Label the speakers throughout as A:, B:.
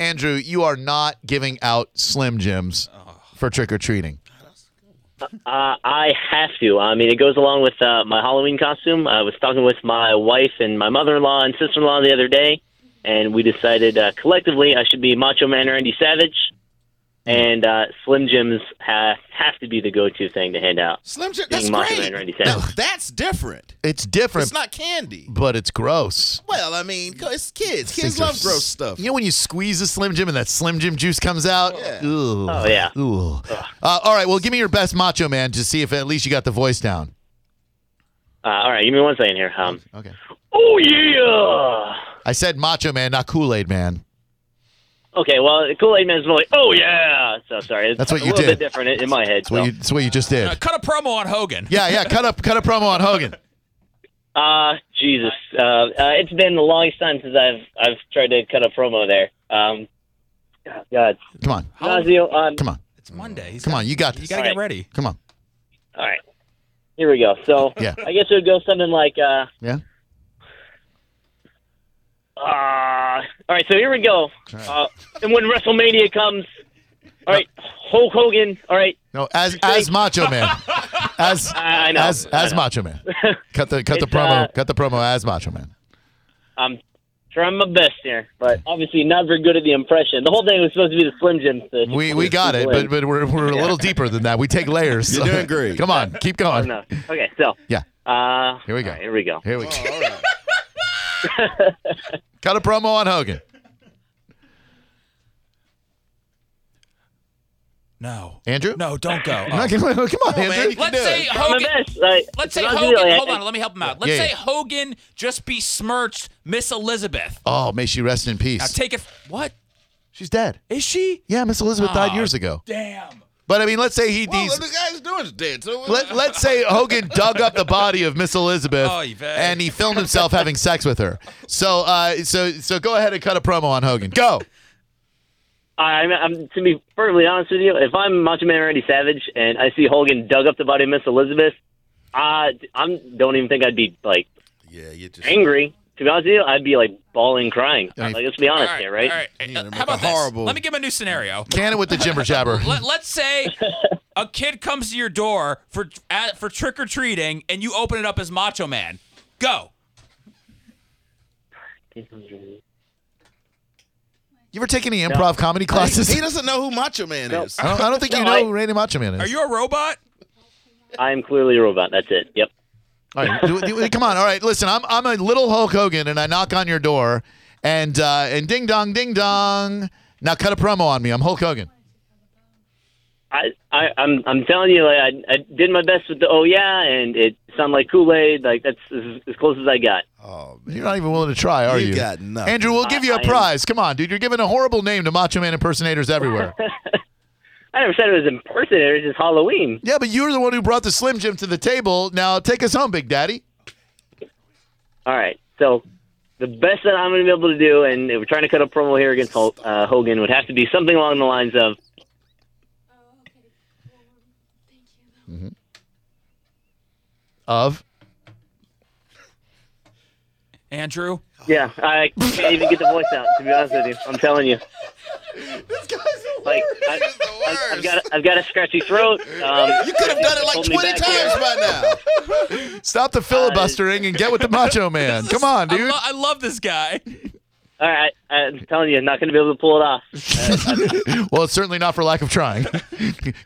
A: Andrew, you are not giving out Slim Jims for trick or treating.
B: Uh, I have to. I mean, it goes along with uh, my Halloween costume. I was talking with my wife and my mother-in-law and sister-in-law the other day, and we decided uh, collectively I should be Macho Man Randy Savage, and uh, Slim Jims ha- have to be the go-to thing to hand out.
C: Slim Jim,
B: Being
C: that's
B: Macho
C: great.
B: Man Randy
C: Now,
B: Savage.
C: that's different.
A: It's different,
C: It's not candy.
A: but it's gross.
C: Well, I mean, co- it's kids.
A: Things
C: Kids
A: are
C: love
A: s-
C: gross stuff.
D: Uh,
A: You know when you squeeze a Slim Jim and that Slim Jim juice comes out?
C: Yeah.
A: Ooh.
B: Oh, yeah.
A: Ooh. Uh, all right, well, give me your best Macho Man to see if at least you got the voice down. Oh.
B: Uh, all right, give me one second here. Um,
A: Okay.
B: oh yeah.
A: I said Macho Man, not Kool Aid Man.
B: Okay, well, Kool Aid Man's more like, oh yeah. So sorry, it's
A: That's what
B: a
A: you
B: little
A: did.
B: bit different in, in my head.
A: That's what,
B: so.
A: you, that's what you just did.
D: Uh, cut a promo on Hogan.
A: Yeah, yeah. Cut up, cut a promo on Hogan.
B: Uh, Jesus. Uh, uh, it's been the longest time since I've I've tried to cut a promo there. Um, God,
A: Come on,
D: How-
B: Nazio. Um,
A: come on,
D: It's Monday. He's
A: Come
D: got-
A: on, you got
D: You
A: this.
D: got to
B: All
D: get
B: right.
D: ready.
A: come on.
B: all right, here we go. So
A: Yeah.
B: I guess it would go something like, uh,
A: Yeah.
B: uh, all right. So here we go. Uh, and when WrestleMania comes, all right, Hulk Hogan. All right,
A: No, as as Macho Man, as
B: I I know.
A: as
B: I
A: as
B: know.
A: Macho Man. Cut the cut the
B: It's,
A: promo.
B: uh,
A: cut the promo as Macho Man.
B: I'm trying my best here, but obviously not very good at the impression. The whole thing was supposed to be the Slim Jim. so-
A: We we got it, but but we're we're a little deeper than that. We take layers.
C: You're doing great.
A: Come on, keep
B: Oh,
A: going.
B: no. Okay, so
A: Yeah,
B: uh,
A: Here we go.
B: all right, here we go.
A: here we go.
C: All right.
A: Cut a promo on Hogan.
D: No.
A: Andrew?
D: No, don't go. Oh.
A: No, come on, come on, Andrew.
C: You can
D: Let's
C: do
D: say
C: it.
B: I'm
D: Hogan.
B: my best. Like,
D: Let's
B: it's
D: say
B: not
D: Hogan.
B: really-
D: Hold on, let me help him out. Let's
A: Yeah,
D: say
A: yeah.
D: Hogan just besmirched Miss Elizabeth.
A: Oh, may she rest in
D: uh, Now
A: peace.
D: take it. What
A: She's dead.
D: is she?
A: Yeah, Miss Elizabeth died
D: Aw.
A: years ago.
D: Damn. Oh,
A: But I mean, let's say he
C: Well,
A: he's-
C: the guy's doing is dead. So
A: Let, let's say Hogan dug up the body of Miss Elizabeth
D: Oy vey.
A: and he filmed himself having sex with her. So, uh, so, so go ahead and cut a promo on Hogan. Go.
B: I'm, I'm to be perfectly honest with you. If I'm Macho Man Randy Savage and I see Hogan dug up the body of Miss Elizabeth, I I'm don't even think I'd be like
C: yeah, you just
B: angry. To be honest with you, I'd be like bawling, crying.
A: I mean-
B: like, let's be honest
D: all right,
B: here, right?
D: All right.
C: Yeah,
D: Uh,
C: they're
D: How about
C: making horrible-
D: this? Let me give him a new scenario.
A: Can it with the jibber jabber.
D: Let, let's say a kid comes to your door for at, for trick or treating, and you open it up as Macho Man. Go.
A: You ever take any improv comedy classes?
C: He doesn't know who Macho Man
B: Nope.
C: is.
A: I don't, I don't think you
B: No,
A: know
B: I-
A: who Randy Macho Man is.
D: Are you a robot?
B: I'm clearly a robot. That's it. Yep.
A: All right, do- do- come on. All right, listen. I'm I'm a little Hulk Hogan, and I knock on your door, and uh, and ding dong, ding dong. Now cut a promo on me. I'm Hulk Hogan.
B: I, I I'm I'm telling you, like, I I did my best with the oh yeah, and it sounded like Kool Aid. Like that's as, as close as I got.
C: Oh man.
A: You're not even willing to try, are you?
C: You got nothing.
A: Andrew, we'll give you
B: I-
A: a
B: I am-
A: prize. Come on, dude. You're giving a horrible name to Macho Man impersonators everywhere.
B: I never said it was impersonator. It's just Halloween.
A: Yeah, but you're the one who brought the Slim Jim to the table. Now take us home, Big Daddy.
B: All right. So the best that I'm going to be able to do, and if we're trying to cut a promo here against Hul- uh, Hogan, would have to be something along the lines of,
A: Of
D: Andrew.
B: yeah, I can't even get the voice out. To be honest with you, I'm telling you,
C: This guy's the
B: like I,
C: worst.
B: I, I've got a, I've got a scratchy throat. Um,
C: you could have done it like
B: Hold me
C: 20
B: back
C: times
B: here.
C: by now.
A: stop the filibustering and get with the Macho Man. Come on,
D: I,
A: dude.
D: lo- I love this guy.
B: All right, I, I'm telling you, I'm not going to be able to pull it off.
A: Well, it's certainly not for lack of trying. Come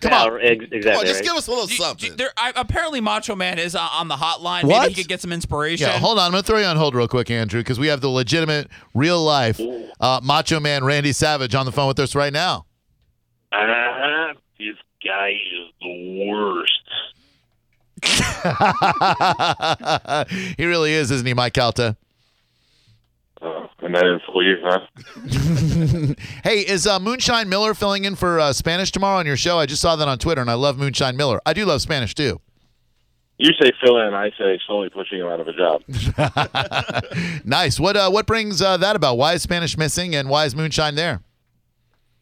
B: Yeah,
A: on.
B: Uh, ex-
C: Come on,
B: exactly.
C: just
B: right.
C: give us a little
D: Do- do-
C: something.
D: there- I, apparently, Macho Man is uh, on the hotline.
A: What?
D: Maybe he could get some inspiration.
A: Yeah, hold on. I'm going to throw you on hold real quick, Andrew, because we have the legitimate, real life uh, Macho Man Randy Savage on the phone with us right now.
E: Ah, this guy is the worst.
A: he really is, isn't he, Mike Calta?
E: Oh, and I didn't leave, huh?
A: Hey, is uh, Moonshine Miller filling in for uh, Spanish tomorrow on your show? I just saw that on Twitter, and I love Moonshine Miller. I do love Spanish, too.
E: You say fill in, I say slowly pushing him out of a job.
A: nice. What uh, what brings uh, that about? Why is Spanish missing, and why is Moonshine there?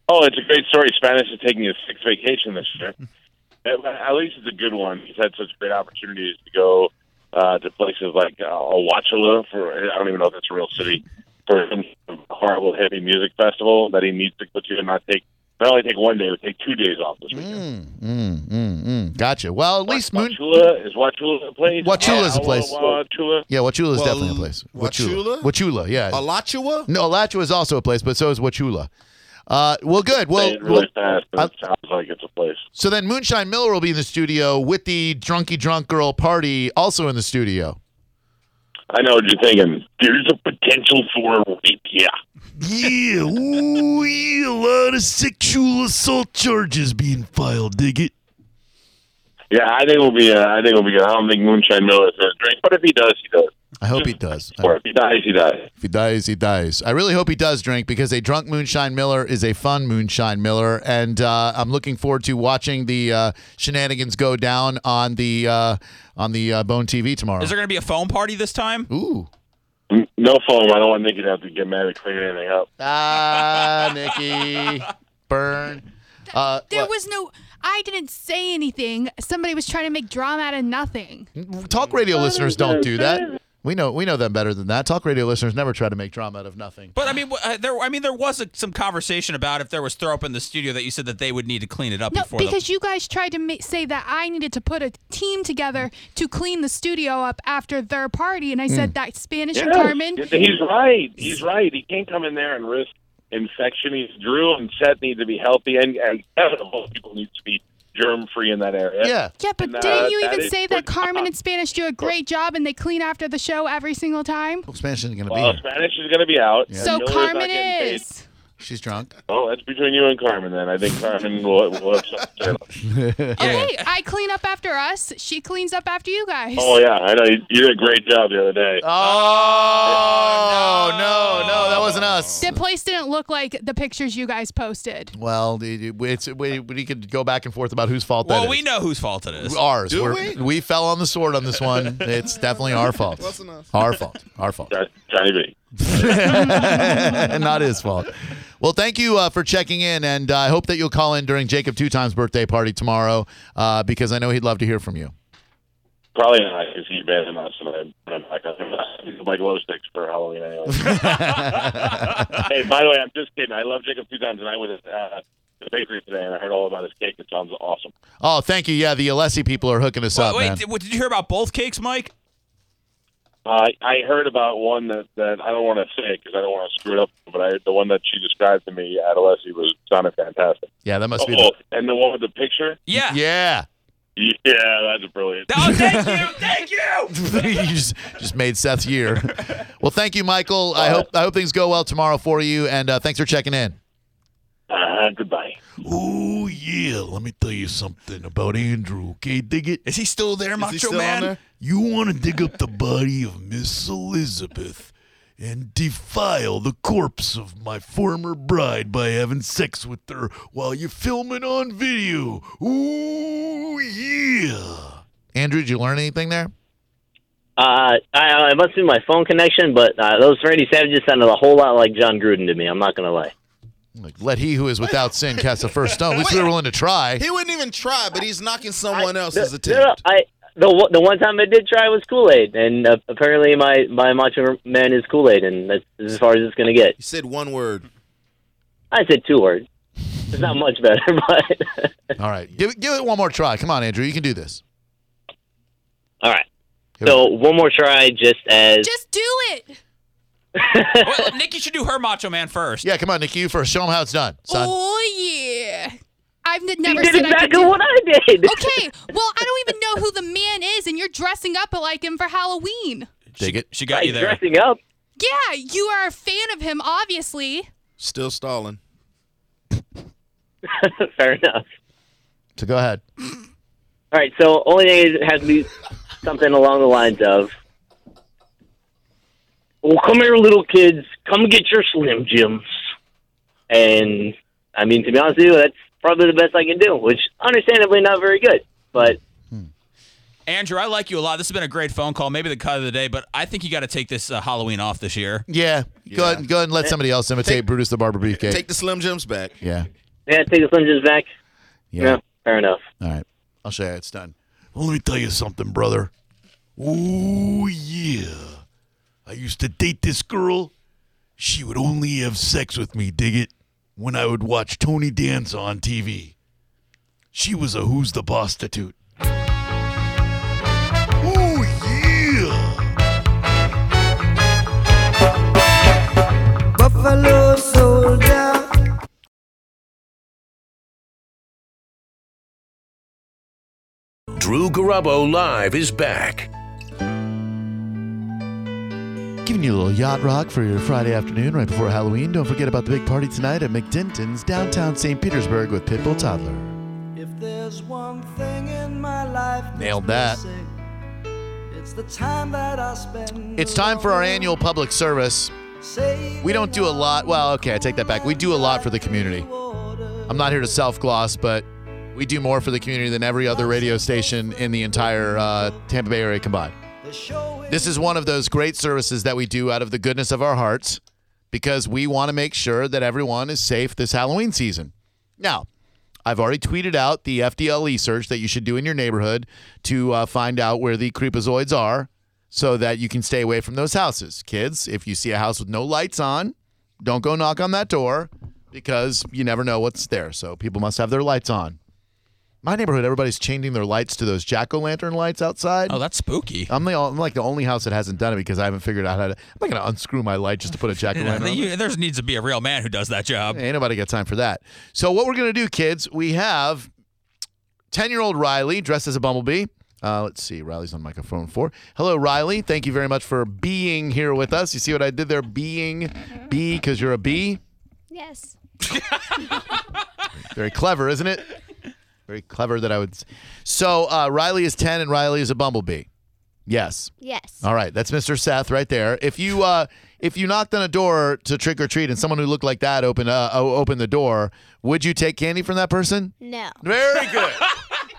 E: Oh, it's a great story. Spanish is taking his sixth vacation this year. At at least it's a good one. He's had such great opportunities to go uh, to places like uh, Awachula. For I don't even know if that's a real city. for some sort of horrible heavy music festival that he needs to go to and not take not only take one day, but take two days off this weekend.
B: Hmm,
A: Mm, mm, mm, mm. Gotcha. Well, at least Moon.
E: Wachula is Wachula a place?
A: Wachula is a
E: Wachula,
A: place.
E: Wachula.
A: Yeah, Wachula is
D: Well,
A: definitely a place.
D: Wachula?
A: Wachula, yeah.
D: Alachua?
A: No, Alachua is also a place, but so is Wachula. Uh, well, good. Well,
E: Say it
A: well-
E: really fast, but
A: I-
E: it sounds like it's a place.
A: so then Moonshine Miller will be in the studio with the Drunky Drunk Girl party also in the studio.
E: I know what you're thinking. There's a potential for rape. Yeah.
A: Yeah, ooh, yeah, a lot of sexual assault charges being filed. Dig it?
E: Yeah, I think it'll be. Uh, I think it'll be good. I don't think Moonshine Miller is going to drink, but if he does, he does.
A: I hope he does. I-
E: Or if he dies, he dies.
A: If he dies, he dies. I really hope he does drink because a drunk moonshine Miller is a fun moonshine Miller, and uh, I'm looking forward to watching the uh, shenanigans go down on the uh, on the uh, Bone TV tomorrow.
C: Is there going to be a phone party this time?
A: Ooh,
E: N- No phone. I don't want Nick to have to get mad and clean anything up.
A: ah, Nikki, burn. Uh,
F: There was no. I didn't say anything. Somebody was trying to make drama out of nothing.
A: was- talk radio listeners don't do that. We know we know them better than that. Talk radio listeners never try to make drama out of nothing.
C: But I mean, wh- uh, there. I mean, there was a, some conversation about if there was throw up in the studio that you said that they would need to clean it up
F: No,
C: before.
F: because you guys tried to ma- say that I needed to put a team together to clean the studio up after their party, and I said that Spanish and Carmen.
E: He's right. He's right. He can't come in there and risk infection. He's Drew and Seth need to be healthy, and, and Kevin, of all people needs to be germ free in that area.
A: Yeah.
F: Yeah, but
E: Nah,
F: didn't you
E: uh, that
F: even
E: is
F: say
E: good
F: that Carmen
E: job.
F: and Spanish do a great job and they clean after the show every single time?
A: Well, Spanish isn't gonna be
E: Well,
A: here.
E: Spanish is going to be out. and
F: So
E: Miller's not
F: Carmen
E: getting paid.
F: is.
A: She's drunk.
E: Oh, that's between you and Carmen. Then I think Carmen will, will have something to say. about it.
F: Okay, I clean up after us. She cleans up after you guys.
E: Oh yeah, I know you, you did a great job the other day.
A: Uh, Oh no, no, that wasn't us.
F: The place didn't look like the pictures you guys posted.
A: Well, the- the- it's, we, we could go back and forth about whose fault that
C: well,
A: is. Oh,
C: we know whose fault it is.
A: Ours.
D: Do
A: We're-
D: we?
A: fell on the sword on this one. It's definitely our fault.
D: Wasn't us.
A: Our fault. Our fault.
E: That's Johnny B.
A: Not his fault. Well, thank you uh, for checking in, and uh, I hope that you'll call in during Jacob Two Times' birthday party tomorrow uh, because I know he'd love to hear from you.
E: Probably not because he abandoned us, and I'm, I'm not gonna- he's like glow sticks for Halloween anyway. hey, by the way, I'm just kidding. I love Jacob two times, and I was at uh, the bakery today, and I heard all about his cake. It sounds awesome.
A: Oh, thank you. Yeah, the Alessi people are hooking us
C: Wait,
A: up,
C: wait,
A: man.
C: did, what- did you hear about both cakes, Mike?
E: Uh, I heard about one that, that I don't want to say because I don't want to screw it up, but I, the one that she described to me at Alessi was sounded fantastic.
A: yeah, that must be.
E: Oh,
A: The-
E: and the one with the picture?
C: Yeah.
A: yeah.
E: Yeah, that's brilliant.
C: Oh, thank you, thank you.
A: you just, just made Seth's year. Well, thank you, Michael. I hope I hope things go well tomorrow for you, and uh, thanks for checking in.
E: Uh, goodbye.
A: Oh yeah, let me tell you something about Andrew. Okay, dig it.
C: Is he still there, Macho
D: Is he still
C: Man?
D: on there?
A: You want to dig up the body of Miss Elizabeth and defile the corpse of my former bride by having sex with her while you film it on video. Ooh yeah. Andrew, did you learn anything there?
B: Uh, I, it must be my phone connection, but uh, those Randy Savages sounded a whole lot like John Gruden to me. I'm not gonna lie.
A: Like, let he who is without sin cast the first stone. At least we were willing to try.
D: He wouldn't even try, but he's knocking someone
B: No,
D: else's
B: no,
D: attempt.
B: I the one- the one time I did try was Kool Aid, and uh, apparently my my Macho Man is Kool Aid, and that's as far as it's gonna get.
D: He said one word.
B: I said two words. It's not much better, but
A: All right, give it, give it one more try. Come on, Andrew, you can do this.
B: all right.
A: Here we
B: So one more try, just as
F: Just do it.
C: Well, Nikki should do her Macho Man first.
A: Yeah, come on, Nick, you first. Show them how it's done, son.
F: Oh yeah. I've n-
B: you
F: never
B: did
F: said I could
B: exactly
F: do
B: what I did.
F: Okay, well, I don't even know who the man is, and you're dressing up like him for Halloween.
A: Dig it.
C: She got you there.
B: dressing up.
F: Yeah, you are a fan of him, obviously.
D: Still stalling.
B: Fair enough.
A: So go ahead.
B: All right, so only thing is, it has to be something along the lines of, "Well, come here, little kids, come get your Slim Jims." And I mean, to be honest with you, that's probably the best I can do, which understandably not very good. But
C: Andrew, I like you a lot. This has been a great phone call. Maybe the cut of the day, but I think you got to take this uh, Halloween off this year.
A: Yeah, go ahead. and- Go ahead and let somebody else imitate Brutus the Barber Beefcake.
D: Take the Slim Jims back.
A: yeah.
B: yeah, take the Slim Jims back.
A: yeah,
B: Yeah, fair enough.
A: All right, I'll show you. how It's done. Well, let me tell you something, brother. Oh yeah, I used to date this girl,
G: She would only have sex with me, dig it, when I would watch Tony dance on TV. She was a who's the prostitute. Ooh, yeah!
H: Buffalo soldier.
I: Drew Garabo Live is back.
A: Giving you a little yacht rock for your Friday afternoon right before Halloween. Don't forget about the big party tonight at McDenton's downtown St. Petersburg with Pitbull Toddler.
H: If there's one thing in my life that's
A: Nailed that.
H: missing, It's the time that I spend.
A: It's time for our annual public service. We don't do a lot. Well, okay, I take that back. We do a lot for the community. I'm not here to self gloss, but we do more for the community than every other radio station in the entire uh, Tampa Bay area combined. This is one of those great services that we do out of the goodness of our hearts because we want to make sure that everyone is safe this Halloween season. Now, I've already tweeted out the FDLE E search that you should do in your neighborhood to uh, find out where the creepazoids are so that you can stay away from those houses. Kids, if you see a house with no lights on, don't go knock on that door because you never know what's there. So people must have their lights on. My neighborhood, everybody's changing their lights to those jack o' lantern lights outside.
C: Oh, that's spooky.
A: I'm, the, I'm like the only house that hasn't done it because I haven't figured out how to. I'm not going to unscrew my light just to put a jack o'
C: You know,
A: lantern.
C: you- there needs to be a real man who does that job.
A: Ain't nobody got time for that. So what we're gonna do, kids? We have ten-year-old Riley dressed as a bumblebee. Uh, let's see. Riley's on microphone four. Hello, Riley. Thank you very much for being here with us. You see what I did there? Being, bee, because you're a bee.
J: Yes.
A: Very clever, isn't it? Very clever that I would. s- So uh, Riley is ten, and Riley is a bumblebee. Yes.
J: Yes.
A: All right, that's Mr. Seth right there. If you uh, if you knocked on a door to trick or treat and someone who looked like that opened uh, o- opened the door, would you take candy from that person?
J: No.
A: Very good.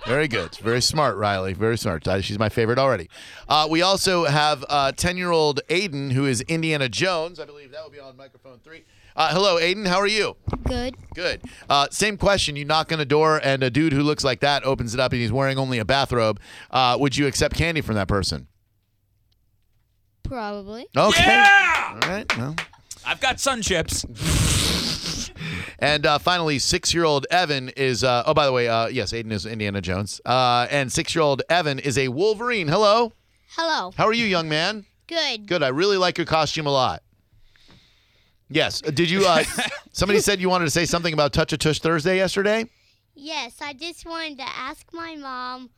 A: Very good. Very smart, Riley. Very smart. Uh, She's my favorite already. Uh, we also have ten year old Aiden who is Indiana Jones. I believe that will be on microphone three. Uh, hello, Aiden. How are you?
J: Good.
A: Good. Uh, same question. You knock on a door and a dude who looks like that opens it up and he's wearing only a bathrobe. Uh, would you accept candy from that person?
J: Probably.
A: Okay.
C: Yeah!
A: All right. Well.
C: I've got sun chips.
A: And uh, finally, six-year-old Evan is. Uh, oh, by the way, uh, yes, Aiden is Indiana Jones. Uh, and six-year-old Evan is a Wolverine. Hello,
J: Hello.
A: how are you, young man?
J: Good.
A: Good. I really like your costume a lot. Yes. Uh, Did you? Uh, somebody said you wanted to say something about Touch a Tush Thursday yesterday.
J: Yes, I just wanted to ask my mom,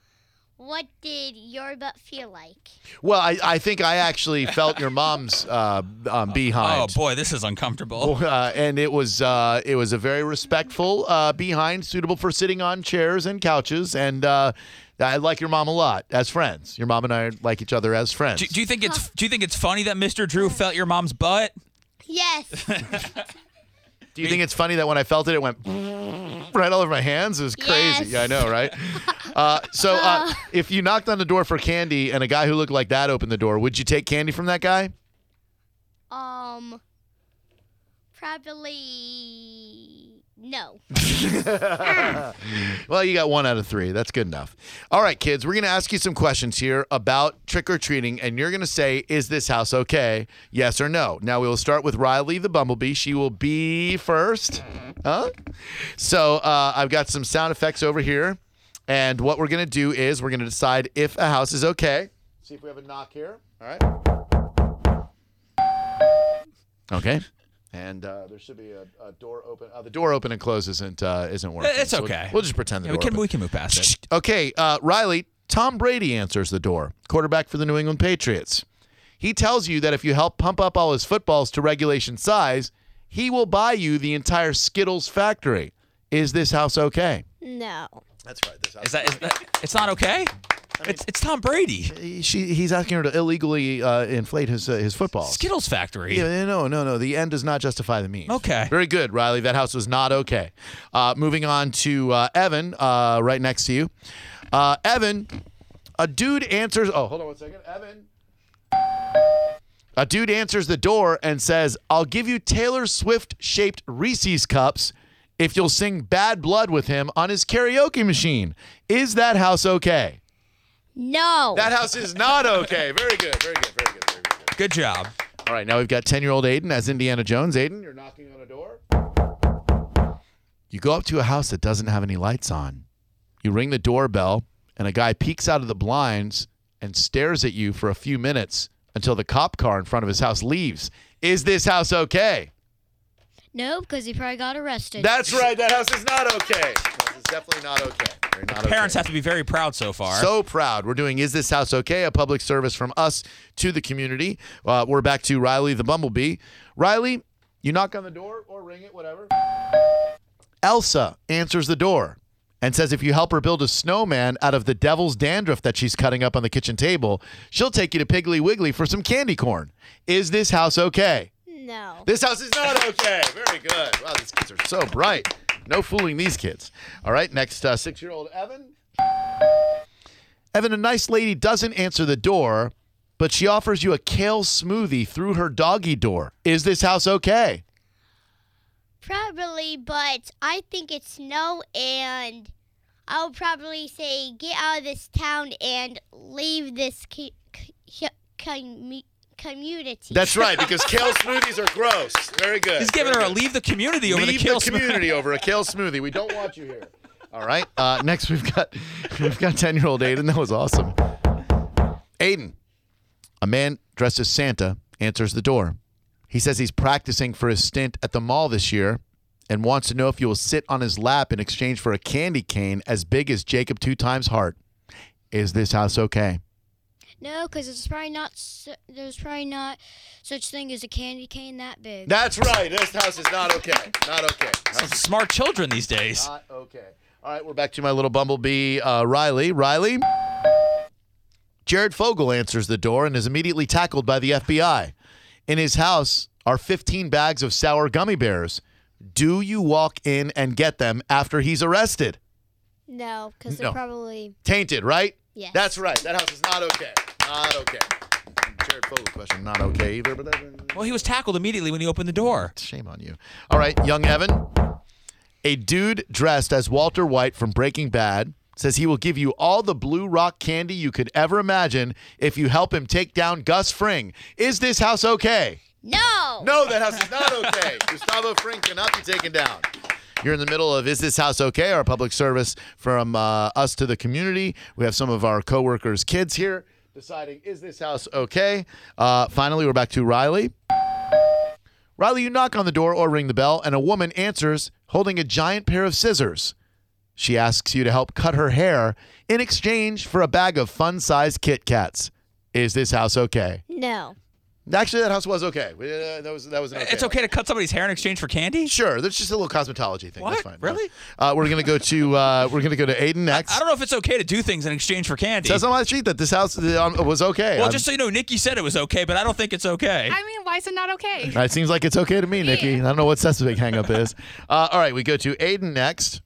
J: what did your butt feel like?
A: Well, I, I think I actually felt your mom's uh, um,
C: Oh
A: behind.
C: boy, this is uncomfortable.
A: Uh, and it was uh, it was a very respectful uh, behind, suitable for sitting on chairs and couches. And uh, I like your mom a lot as friends. Your mom and I like each other as friends.
C: Do, do you think it's Do you think it's funny that Mr. Drew felt your mom's butt?
J: Yes.
A: Do you think it's funny that when I felt it, it went right all over my hands? It was crazy.
J: Yes.
A: Yeah, I know, right? uh, so uh, if you knocked on the door for candy and a guy who looked like that opened the door, would you take candy from that guy?
J: um, probably no.
A: Well, you got one out of three. That's good enough. All right, kids, we're going to ask you some questions here about trick or treating, and you're going to say, is this house okay? Yes or no. Now, we will start with Riley the Bumblebee. She will be first. Huh? So, uh, I've got some sound effects over here, and what we're going to do is we're going to decide if a house is okay. See if we have a knock here. All right. Okay. And uh, there should be a, a door open. Uh, the door open and close isn't uh, isn't working.
C: It's
A: So we'll-
C: okay.
A: We'll, just pretend the
C: Yeah,
A: door
C: we can
A: opened.
C: we can move past it.
A: Okay, uh, Riley, Tom Brady answers the door, quarterback for the New England Patriots. He tells you that if you help pump up all his footballs to regulation size, he will buy you the entire Skittles factory. Is this house okay?
J: No.
A: That's right. This house.
C: Is that, is that it's not okay? It's it's Tom Brady.
A: she, he's asking her to illegally uh, inflate his uh, his footballs.
C: Skittles Factory.
A: Yeah, no, no, no. The end does not justify the means.
C: Okay.
A: Very good, Riley. That house was not okay. Uh, moving on to uh, Evan, uh, right next to you. Uh, Evan, a dude answers. Oh, hold on one second. Evan. A dude answers the door and says, I'll give you Taylor Swift shaped Reese's cups if you'll sing Bad Blood with him on his karaoke machine. Is that house okay?
J: No.
A: That house is not okay. Very good. Very good. Very good. Very good.
C: Good job.
A: All right, now we've got 10 year old Aiden as Indiana Jones. Aiden, you're knocking on a door. You go up to a house that doesn't have any lights on. You ring the doorbell, and a guy peeks out of the blinds and stares at you for a few minutes until the cop car in front of his house leaves. Is this house okay?
J: No, because he probably got arrested.
A: That's right. That house is not okay. It's definitely not okay. They're not okay.
C: Parents have to be very proud so far.
A: So proud. We're doing Is This House Okay? A public service from us to the community. Uh, we're back to Riley the Bumblebee. Riley, you knock on the door or ring it, whatever. Elsa answers the door and says if you help her build a snowman out of the devil's dandruff that she's cutting up on the kitchen table, she'll take you to Piggly Wiggly for some candy corn. Is this house okay?
J: No.
A: This house is not okay. Very good. Wow, these kids are so bright. No fooling these kids. All right, next uh, six year old Evan. Evan, a nice lady doesn't answer the door, but she offers you a kale smoothie through her doggy door. Is this house okay?
J: Probably, but I think it's no, and I'll probably say get out of this town and leave this c- c- commu- community.
A: That's right, because kale smoothies are gross. Very good.
C: He's giving her a leave the community over
A: Leave
C: the kill
A: community over a kale smoothie. We don't want you here. All right. Uh, next, we've got we've got ten year old Aiden. That was awesome. Aiden, a man dressed as Santa answers the door. He says he's practicing for his stint at the mall this year and wants to know if you will sit on his lap in exchange for a candy cane as big as Jacob two times heart. Is this house okay?
J: No, because it's probably not. s there's probably not such thing as a candy cane that big.
A: That's right. This house is not okay. Not okay.
C: Some smart children these days.
A: Not okay. All right, we're back to my little bumblebee, uh, Riley. Riley. Jared Fogle answers the door and is immediately tackled by the FBI. In his house are 15 bags of sour gummy bears. Do you walk in and get them after he's arrested?
J: no, because
A: No.
J: they're probably
A: Tainted, right?
J: Yes.
A: That's right. That house is not okay. Not okay. Jared Fogle question, not okay either, but that,
C: Well, he was tackled immediately when he opened the door.
A: Shame on you. All right, young Evan. A dude dressed as Walter White from Breaking Bad says he will give you all the blue rock candy you could ever imagine if you help him take down Gus Fring. Is this house okay?
J: no.
A: No, that house is not okay. Gustavo Fring cannot be taken down. You're in the middle of Is This House Okay? Our public service from uh, us to the community. We have some of our coworkers' kids here deciding, Is this house okay? Uh, finally, we're back to Riley. Riley, you knock on the door or ring the bell, and a woman answers holding a giant pair of scissors. She asks you to help cut her hair in exchange for a bag of fun sized Kit Kats. Is this house okay?
J: No.
A: Actually, that house was okay. We- uh, that was that was an okay.
C: It's okay to cut somebody's hair in exchange for candy?
A: Sure, that's just a little cosmetology thing. That's
C: What?
A: fine.
C: Really?
A: Uh, we're gonna go to uh, we're gonna go to Aiden next.
C: I don't know if it's okay to do things in exchange for candy.
A: Says on my sheet that this house uh, um, was okay.
C: well,
A: I'm-
C: just so you know, Nikki said it was okay, but I don't think it's okay.
F: I mean, why is it not okay?
A: it seems like it's okay to me, Nikki. I don't know what Seth's big hangup is. Uh, all right, we go to Aiden next.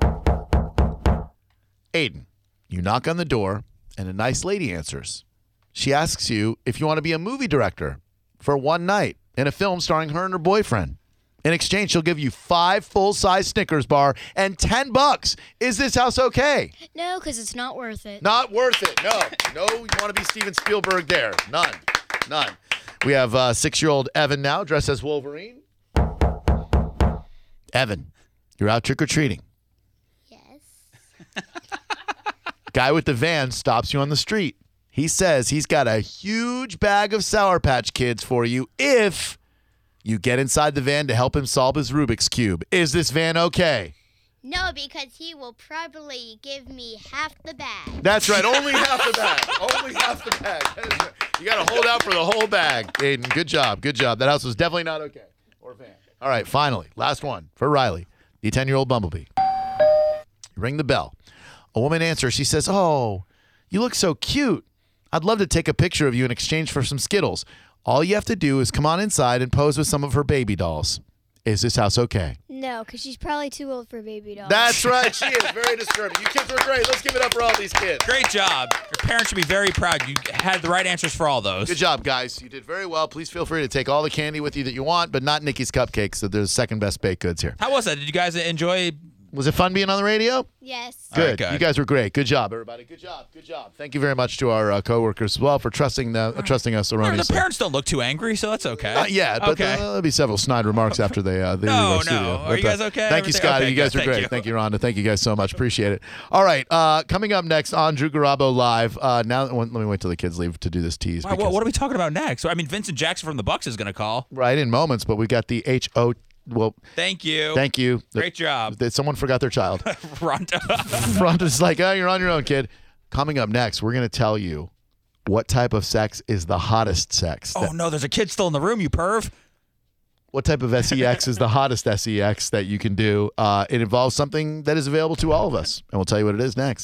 A: Aiden, you knock on the door, and a nice lady answers. She asks you if you want to be a movie director for one night in a film starring her and her boyfriend. In exchange, she'll give you five full-size Snickers bar and ten bucks. Is this house okay?
J: No, because it's not worth it.
A: Not worth it. No, no. You want to be Steven Spielberg there? None, none. We have uh, six-year-old Evan now, dressed as Wolverine. Evan, you're out trick or treating.
J: Yes.
A: Guy with the van stops you on the street. He says he's got a huge bag of Sour Patch Kids for you if you get inside the van to help him solve his Rubik's cube. Is this van okay?
J: No, because he will probably give me half the bag.
A: That's right. Only half the bag. Only half the bag. That is right. You got to hold out for the whole bag. Aiden, good job. Good job. That house was definitely not okay. Or van. All right, finally, last one for Riley, the 10 year old bumblebee. You ring the bell. A woman answers. She says, Oh, you look so cute. I'd love to take a picture of you in exchange for some Skittles. All you have to do is come on inside and pose with some of her baby dolls. Is this house okay?
J: No, because she's probably too old for baby doll.
A: That's right. She is very disturbing. You kids were great. Let's give it up for all these kids.
C: Great job. Your parents should be very proud. You had the right answers for all those.
A: Good job, guys. You did very well. Please feel free to take all the candy with you that you want, but not Nikki's cupcakes. So they're the second best baked goods here.
C: How was that? Did you guys enjoy
A: Was it fun being on the radio?
J: Yes.
A: Good. You guys were great. Good job, everybody. Good job. Good job. Thank you very much to our uh, coworkers as well for trusting the, uh, trusting us
C: The
A: erroneously.
C: parents don't look too angry, so that's okay.
A: Not yet, but
C: okay.
A: uh, there'll be several snide remarks after they uh, they
C: No,
A: leave our
C: no.
A: studio.
C: Are
A: But,
C: you guys
A: uh,
C: okay?
A: Thank you,
C: Everything-
A: Scotty.
C: okay,
A: you guys
C: good.
A: were
C: Thank
A: great.
C: you.
A: Thank you, Rhonda. Thank you guys so much. Appreciate it. All right, uh, coming up next on Drew Garabo live. Uh, now, let me wait till the kids leave to do this tease.
C: Wow, what, what are we talking about next? I mean, Vincent Jackson from the Bucks is going to call.
A: Right in moments, but we got the H O. Well,
C: Thank you.
A: Thank you.
C: Great job.
A: That someone forgot their child.
C: Rhonda.
A: Rhonda's like, oh, you're on your own, kid. Coming up next, we're going to tell you what type of sex is the hottest sex.
C: oh, no, there's a kid still in the room, you perv.
A: What type of sex is the E hottest sex that you can do? Uh, it involves something that is available to all of us, and we'll tell you what it is next.